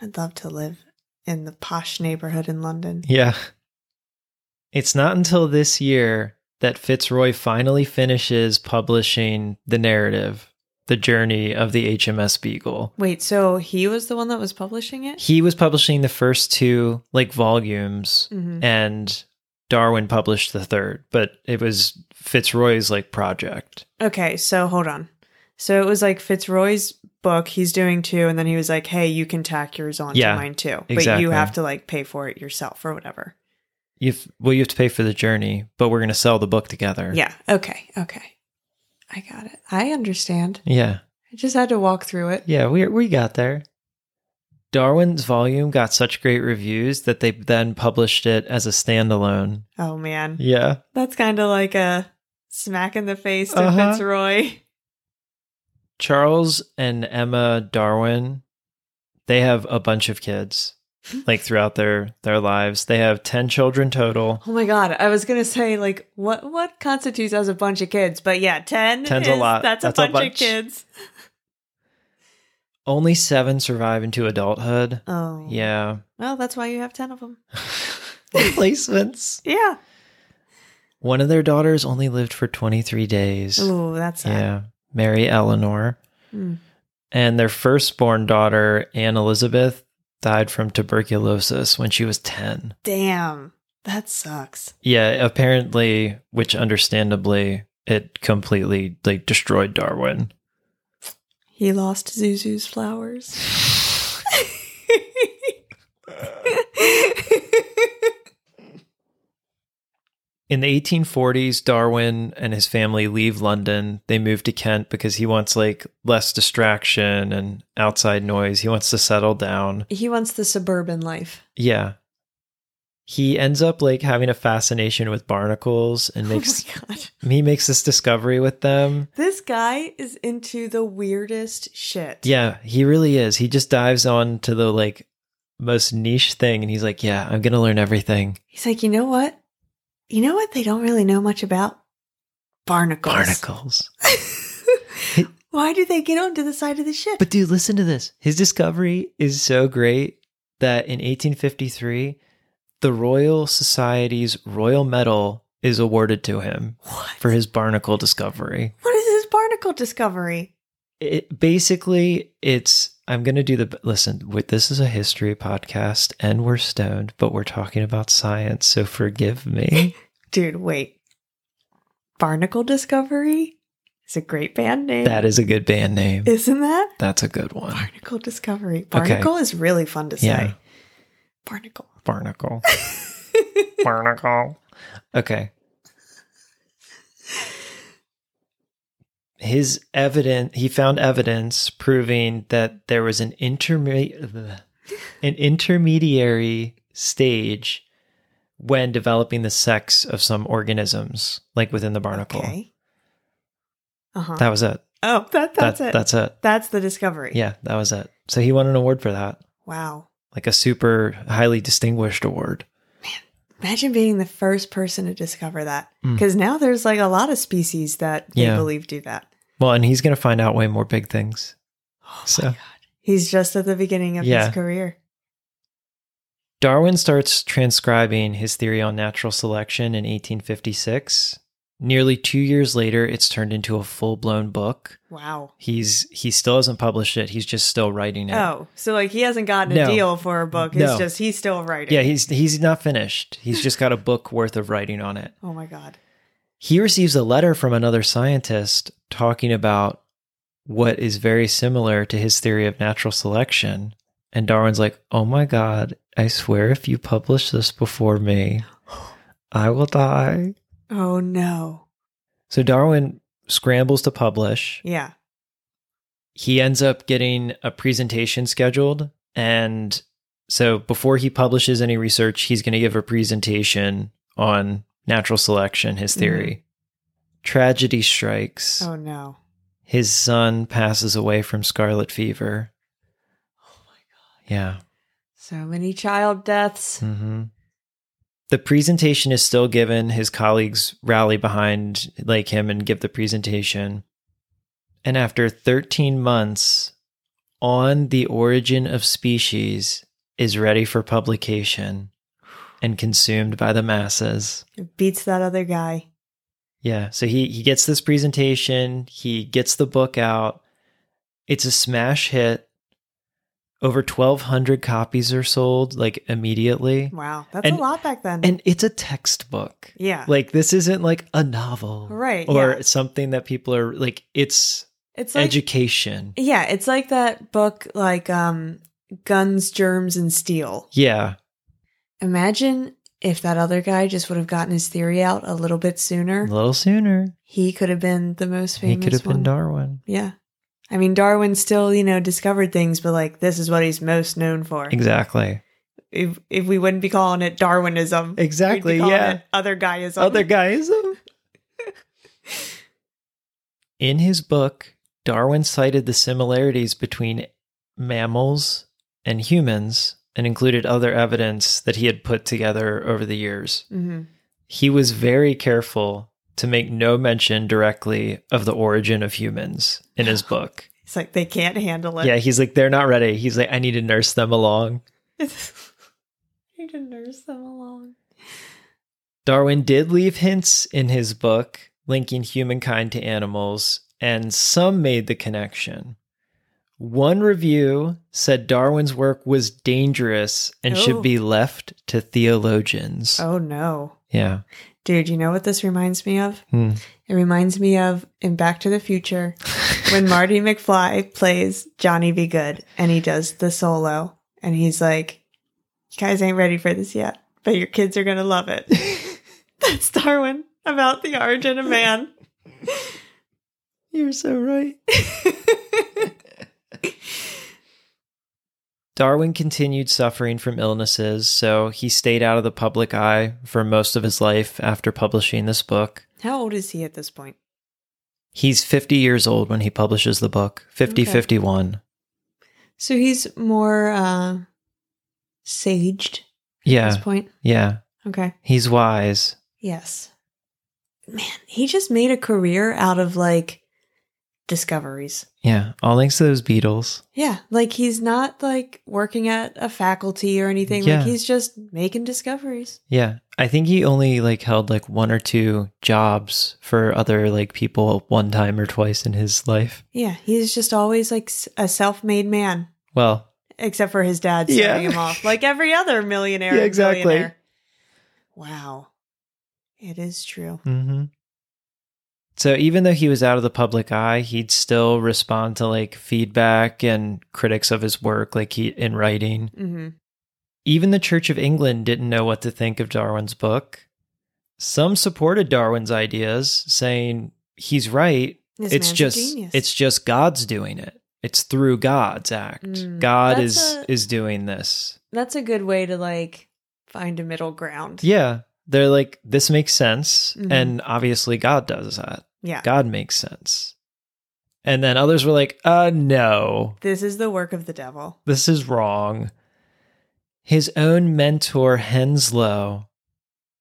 S2: I'd love to live in the posh neighborhood in London.
S1: Yeah. It's not until this year that Fitzroy finally finishes publishing the narrative, The Journey of the HMS Beagle.
S2: Wait, so he was the one that was publishing it?
S1: He was publishing the first two like volumes
S2: Mhm.
S1: and Darwin published the third, but it was Fitzroy's like project.
S2: Okay, so hold on. So it was like Fitzroy's book, he's doing two, and then he was like, hey, you can tack yours on
S1: Yeah,
S2: to mine too. But
S1: exactly.
S2: you have to like pay for it yourself or whatever.
S1: You've well, you have to pay for the journey, but we're gonna sell the book together.
S2: Yeah. Okay. Okay. I got it. I understand.
S1: Yeah.
S2: I just had to walk through it.
S1: Yeah, we we got there. Darwin's volume got such great reviews that they then published it as a standalone.
S2: Oh man.
S1: Yeah.
S2: That's kind of like a smack in the face to
S1: Uh-huh.
S2: Fitzroy.
S1: Charles and Emma Darwin, they have a bunch of kids like throughout their their lives. They have 10 children total.
S2: Oh my god, I was gonna say like what what constitutes as a bunch of kids, but yeah, ten.
S1: 10's a
S2: is,
S1: lot.
S2: That's,
S1: That's
S2: a
S1: a
S2: bunch, of
S1: bunch.
S2: kids.
S1: Only 7 survive into adulthood.
S2: Oh
S1: Yeah.
S2: Well, that's why you have ten of them.
S1: Replacements.
S2: Yeah.
S1: One of their daughters only lived for 23 days.
S2: Ooh, that's sad.
S1: Yeah. Mary Eleanor.
S2: Hmm.
S1: And their firstborn daughter, Anne Elizabeth, died from tuberculosis when she was 10.
S2: Damn, that sucks.
S1: Yeah, apparently, which understandably, it completely like destroyed Darwin.
S2: He lost Zuzu's flowers.
S1: In the 1840s, Darwin and his family leave London. They move to Kent because he wants like less distraction and outside noise. He wants to settle down.
S2: he wants the suburban life.
S1: Yeah. He ends up like having a fascination with barnacles and makes
S2: Oh my god.
S1: he makes this discovery with them.
S2: This guy is into the weirdest shit.
S1: Yeah, he really is. He just dives on to the like most niche thing and he's like, Yeah, I'm gonna learn everything.
S2: He's like, you know what? You know what they don't really know much about? Barnacles.
S1: Barnacles.
S2: Why do they get onto the side of the ship?
S1: But dude, listen to this. His discovery is so great that in 1853, the Royal Society's Royal Medal is awarded to him
S2: what?
S1: for his barnacle discovery.
S2: what is this barnacle discovery?
S1: It, basically, it's I'm going to do the listen. we- This is a history podcast, and we're stoned, but we're talking about science, so forgive me.
S2: Dude, wait. Barnacle Discovery is a great band name.
S1: that is a good band name.
S2: Isn't that?
S1: That's a good one.
S2: Barnacle Discovery. Barnacle is really fun to say.
S1: Yeah.
S2: Barnacle.
S1: Barnacle. Barnacle. Okay. His evidence, he found evidence proving that there was an interme- an intermediary stage when developing the sex of some organisms, like within the barnacle.
S2: Okay. Uh-huh.
S1: That was it.
S2: oh, that, that's
S1: That-
S2: it.
S1: That's it.
S2: that's the discovery.
S1: Yeah, that was it. So he won an award for that,
S2: Wow.
S1: like a super highly distinguished award.
S2: Imagine being the first person to discover that.
S1: Mm.
S2: Because now there's like a lot of species that they
S1: Yeah.
S2: believe do that.
S1: Well, and he's going to find out way more big things.
S2: Oh
S1: So-
S2: my God. He's just at the beginning of
S1: Yeah.
S2: his career.
S1: Darwin starts transcribing his theory on natural selection in 1856. Nearly 2 years later, it's turned into a full-blown book.
S2: Wow.
S1: He's he still hasn't published it. He's just still writing it.
S2: Oh, so like he hasn't gotten a
S1: No.
S2: deal for a book. It's
S1: No.
S2: just he's still writing.
S1: Yeah, he's he's not finished. He's just got a book worth of writing on it.
S2: oh my God.
S1: He receives a letter from another scientist talking about what is very similar to his theory of natural selection. And Darwin's like, "Oh my god, I swear if you publish this before me, I will die."
S2: Oh no.
S1: So Darwin scrambles to publish.
S2: Yeah.
S1: He ends up getting a presentation scheduled. And so before he publishes any research, he's going to give a presentation on natural selection, his theory. Tragedy strikes.
S2: Mm-hmm. Oh no.
S1: His son passes away from scarlet fever.
S2: Oh my God.
S1: Yeah.
S2: So many child deaths.
S1: hmm The presentation is still given. His colleagues rally behind like him and give the presentation. And after 13 months, on the origin of species is ready for publication and consumed by the masses.
S2: It beats that other guy.
S1: Yeah, so he he gets this presentation, he gets the book out. It's a smash hit. Over 1200 copies are sold like immediately.
S2: Wow. That's
S1: And-
S2: a lot back then.
S1: And it's a textbook.
S2: yeah.
S1: Like this isn't like a novel.
S2: Right,
S1: Or
S2: yeah.
S1: something that people are like it's
S2: it's like
S1: education.
S2: Yeah, it's like that book like um Guns, Germs and Steel.
S1: yeah.
S2: Imagine if that other guy just would have gotten his theory out a little bit
S1: A
S2: sooner,
S1: little sooner,
S2: he could have been the most
S1: he
S2: famous.
S1: could have
S2: one.
S1: been Darwin.
S2: Yeah. I mean, Darwin still, you know, discovered things, but like this is what he's most known for.
S1: Exactly.
S2: If, if we wouldn't be calling it Darwinism, we'd be
S1: Exactly,
S2: calling
S1: yeah.
S2: it other guyism.
S1: Other guyism. In his book, Darwin cited the similarities between mammals and humans and included other evidence that he had put together over the years.
S2: Mhm.
S1: He was very careful to make no mention directly of the origin of humans in his book.
S2: It's like they can't handle it.
S1: Yeah, he's like, they're not ready. He's like, I need to nurse them along.
S2: you can nurse them along.
S1: Darwin did leave hints in his book linking humankind to animals, and some made the connection. One review said Darwin's work was dangerous and
S2: Oh.
S1: should be left to theologians.
S2: Oh no.
S1: Yeah.
S2: Dude, you know what this reminds me of?
S1: Hmm.
S2: It reminds me of in Back to the Future when Marty McFly plays Johnny Be Good and he does the solo and he's like, You guys ain't ready for this yet, but your kids are gonna love it. That's Darwin about the origin of man.
S1: You're so right. Darwin continued suffering from illnesses, so he stayed out of the public eye for most of his life after publishing this book.
S2: How old is he at this point?
S1: He's 50 years old when he publishes the book, 50
S2: Okay.
S1: 51.
S2: So he's more uh saged at
S1: Yeah,
S2: this point.
S1: yeah.
S2: Okay.
S1: He's wise.
S2: Yes. Man, he just made a career out of like discoveries.
S1: Yeah, all thanks to those Beatles.
S2: Yeah, like he's not like working at a faculty or anything.
S1: Yeah.
S2: Like he's just making discoveries.
S1: Yeah, I think he only like held like one or two jobs for other like people one time or twice in his life.
S2: Yeah, he's just always like s- a self-made man,
S1: Well,
S2: except for his dad
S1: Yeah.
S2: setting him off, like every other millionaire.
S1: Yeah,
S2: and
S1: exactly.
S2: billionaire. Wow, it is true.
S1: Mm-hmm. So even though he was out of the public eye, he'd still respond to like feedback and critics of his work, like he in writing.
S2: hmm
S1: Even the Church of England didn't know what to think of Darwin's book. Some supported Darwin's ideas, saying he's right.
S2: This
S1: it's
S2: man's a
S1: just
S2: genius.
S1: it's just God's doing it. It's through God's act.
S2: Mm,
S1: God
S2: that's
S1: is
S2: a-
S1: is doing this.
S2: That's a good way to like find a middle ground.
S1: Yeah. They're like, this makes sense.
S2: Mhm.
S1: And obviously God does that.
S2: yeah.
S1: God makes sense. And then others were like, uh, no,
S2: This is the work of the devil.
S1: this is wrong. His own mentor, Henslow,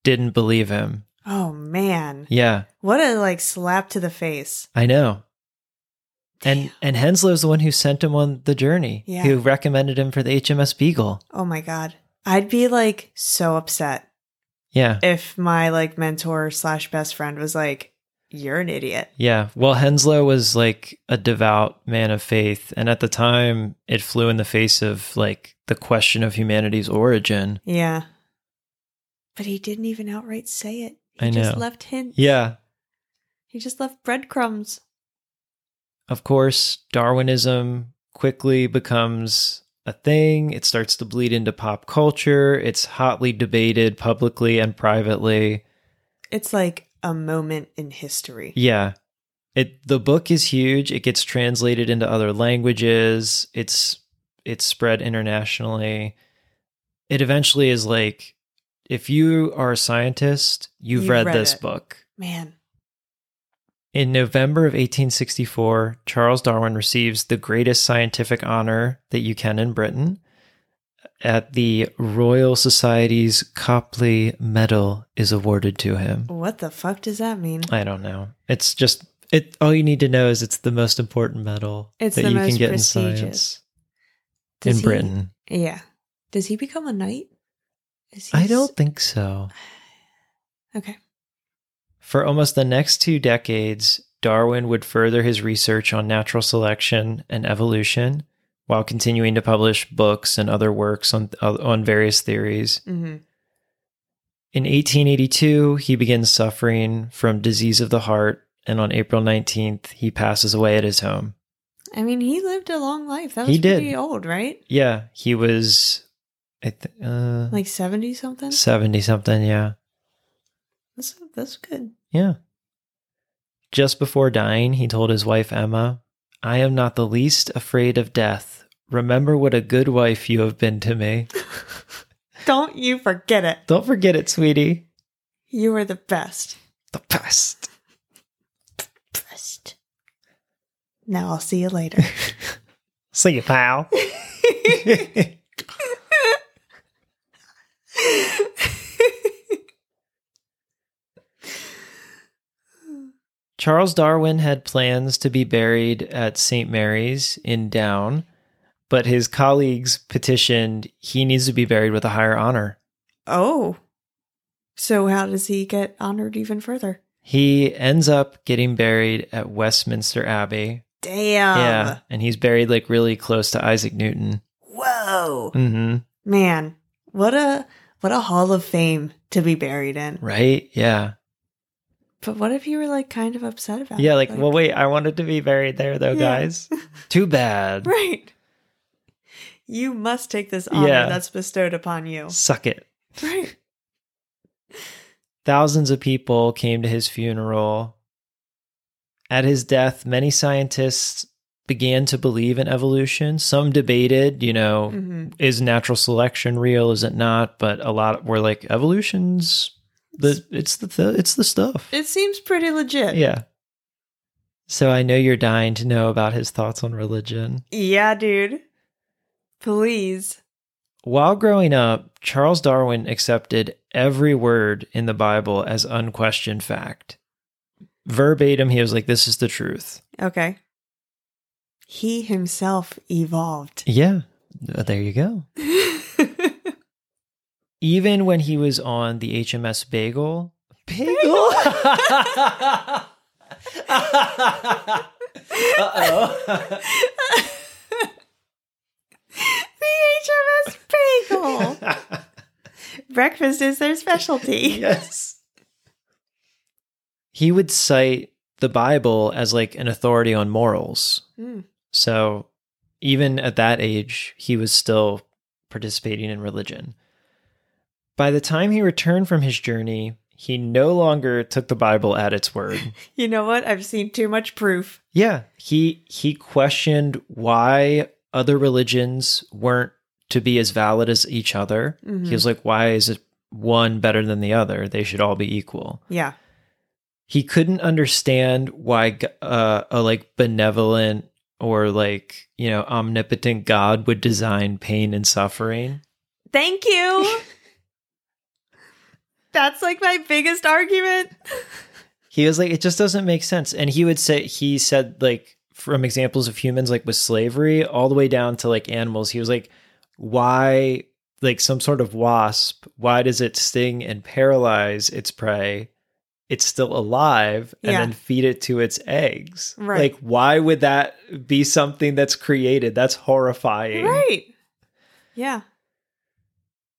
S1: didn't believe him.
S2: Oh man,
S1: Yeah,
S2: what a like slap to the face.
S1: I know. And
S2: Damn.
S1: and Henslow's the one who sent him on the journey,
S2: Yeah.
S1: who recommended him for the HMS Beagle.
S2: Oh my god. I'd be like so upset
S1: Yeah.
S2: if my like mentor slash best friend was like, You're an idiot.
S1: Yeah. Well, Henslow was like a devout man of faith. And at the time, it flew in the face of like the question of humanity's origin.
S2: Yeah. But he didn't even outright say it. He
S1: I
S2: just
S1: know.
S2: left hints.
S1: Yeah.
S2: He just left breadcrumbs.
S1: Of course, Darwinism quickly becomes a thing. It starts to bleed into pop culture. It's hotly debated publicly and privately.
S2: It's like a moment in history.
S1: Yeah. It the book is huge. It gets translated into other languages. It's it's spread internationally. It eventually is like if you are a scientist, you've,
S2: You've
S1: read,
S2: read
S1: this
S2: it.
S1: book.
S2: Man.
S1: In November of 1864, Charles Darwin receives the greatest scientific honor that you can in Britain. At the Royal Society's Copley Medal is awarded to him.
S2: What the fuck does that mean?
S1: I don't know. It's just it. All you need to know is it's the most important medal
S2: It's
S1: that
S2: the
S1: you
S2: most
S1: can get in
S2: prestigious.
S1: science
S2: Does
S1: in
S2: he-
S1: Britain.
S2: Yeah. Does he become a knight? Is he
S1: I
S2: s-
S1: don't think so.
S2: Okay.
S1: For almost the next two decades, Darwin would further his research on natural selection and evolution while continuing to publish books and other works on, uh, on various theories.
S2: hmm
S1: In 1882, he begins suffering from disease of the heart, and on April 19th, he passes away at his home.
S2: I mean, he lived a long life. That was
S1: He did.
S2: pretty old, right?
S1: Yeah, he was I th- uh,
S2: Like 70 something?
S1: 70 something. Yeah.
S2: That's, that's good.
S1: Yeah. Just before dying, he told his wife Emma, I am not the least afraid of death. Remember what a good wife you have been to me.
S2: Don't you forget it.
S1: Don't forget it, sweetie.
S2: You are the best.
S1: The best.
S2: Best. Now I'll see you later.
S1: See you, pal. Charles Darwin had plans to be buried at St. Mary's in Down, but his colleagues petitioned he needs to be buried with a higher honor.
S2: oh. So how does he get honored even further?
S1: He ends up getting buried at Westminster Abbey.
S2: Damn.
S1: yeah. And he's buried like really close to Isaac Newton.
S2: Whoa.
S1: hmm
S2: Man, what a what a hall of fame to be buried in.
S1: Right? Yeah.
S2: But what if you were like kind of upset about
S1: Yeah.
S2: it?
S1: Like, well, wait, I wanted to be buried there though,
S2: Yeah.
S1: guys. Too bad.
S2: Right. You must take this honor
S1: Yeah.
S2: that's bestowed upon you.
S1: Suck it.
S2: Right.
S1: Thousands of people came to his funeral. At his death, many scientists began to believe in evolution. Some debated, you know,
S2: Mhm.
S1: is natural selection real? Is it not? But a lot were like evolution's the it's the th- it's the stuff.
S2: It seems pretty legit.
S1: Yeah. So I know you're dying to know about his thoughts on religion.
S2: Yeah, dude. Please.
S1: While growing up, Charles Darwin accepted every word in the Bible as unquestioned fact. Verbatim, he was like, This is the truth.
S2: Okay. He himself evolved.
S1: Yeah, Uh, there you go. Even when he was on the HMS Bagel, Bagel? uh oh.
S2: the HMS bagel. Breakfast is their specialty.
S1: yes. He would cite the Bible as like an authority on morals.
S2: Mm.
S1: So even at that age, he was still participating in religion. By the time he returned from his journey, he no longer took the Bible at its word.
S2: You know what? I've seen too much proof.
S1: yeah, he he questioned why other religions weren't to be as valid as each other.
S2: Mhm.
S1: He was like, why is it one better than the other? They should all be equal.
S2: Yeah.
S1: he couldn't understand why g- uh, a like benevolent or like you know omnipotent god would design pain and suffering
S2: Thank you. That's like my biggest argument.
S1: he was like it just doesn't make sense and he would say he said like from examples of humans like with slavery all the way down to like animals he was like why like some sort of wasp why does it sting and paralyze its prey it's still alive and
S2: Yeah.
S1: then feed it to its eggs
S2: Right.
S1: like why would that be something that's created that's horrifying
S2: Right. Yeah.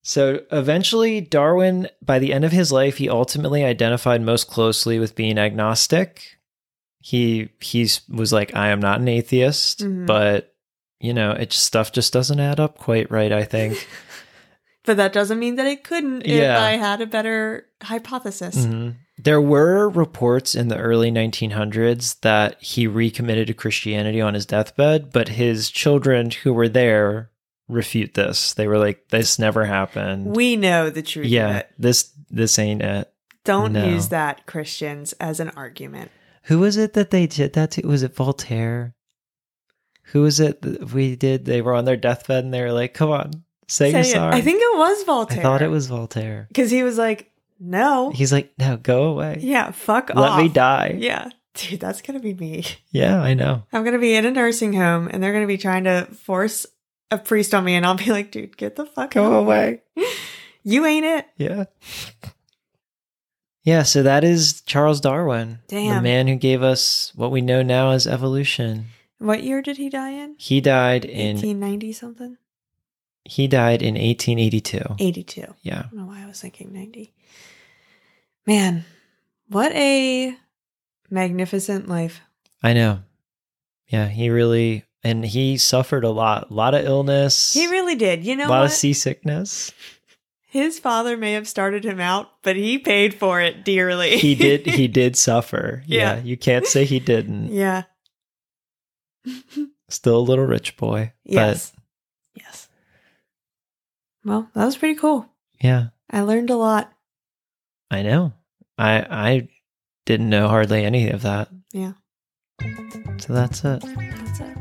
S1: so eventually, Darwin, by the end of his life, he ultimately identified most closely with being agnostic. He he's was like, I am not an atheist,
S2: Mhm.
S1: but you know, it just, stuff just doesn't add up quite right. I think.
S2: But that doesn't mean that it couldn't
S1: Yeah.
S2: if I had a better hypothesis.
S1: Mhm. There were reports in the early 1900s that he recommitted to Christianity on his deathbed, but his children who were there refute this. They were like, "This never happened."
S2: We know the truth. of
S1: yeah,
S2: it.
S1: this this ain't it.
S2: Don't
S1: No.
S2: use that, Christians, as an argument.
S1: Who was it that they did that to? Was it Voltaire? Who was it that we did? They were on their deathbed and they were like, come on, say, you're
S2: Say it.
S1: sorry.
S2: I think it was Voltaire.
S1: I thought it was Voltaire.
S2: because he was like, "No,
S1: He's like, no, go away.
S2: yeah, fuck
S1: Let
S2: off,
S1: me die. Yeah.
S2: Yeah, dude, that's gonna be me.
S1: I know.
S2: I'm gonna be in a nursing home, and they're gonna be trying to force a priest on me, and I'll be like, "Dude, get the fuck
S1: Go
S2: out.
S1: away.
S2: You ain't it."
S1: Yeah. Yeah, so that is Charles Darwin, the
S2: Damn.
S1: man who gave us what we know now as evolution.
S2: What year did he die in?
S1: He died in
S2: 1890 something.
S1: he died in 1882.
S2: 82. I
S1: Yeah.
S2: don't know why I was thinking 90. Man, what a magnificent life.
S1: I know. Yeah, he really and he suffered a lot, a lot of illness,
S2: He really did. You
S1: a
S2: know
S1: lot
S2: what?
S1: of seasickness.
S2: His father may have started him out, but he paid for it dearly.
S1: He did, he did suffer.
S2: Yeah.
S1: you can't say he didn't.
S2: yeah.
S1: Still a little rich boy,
S2: Yes. yes. Well, that was pretty cool.
S1: but yeah,
S2: I learned a lot.
S1: I know. I I didn't know hardly any of that.
S2: Yeah.
S1: So that's it.
S2: That's it.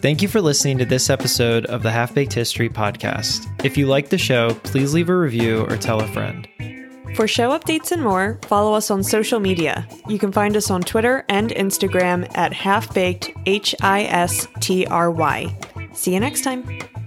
S1: Thank you for listening to this episode of the Half Baked History Podcast. If you like the show, please leave a review or tell a friend.
S2: For show updates and more, follow us on social media. You can find us on Twitter and Instagram at halfbaked H I S T R Y. See you next time.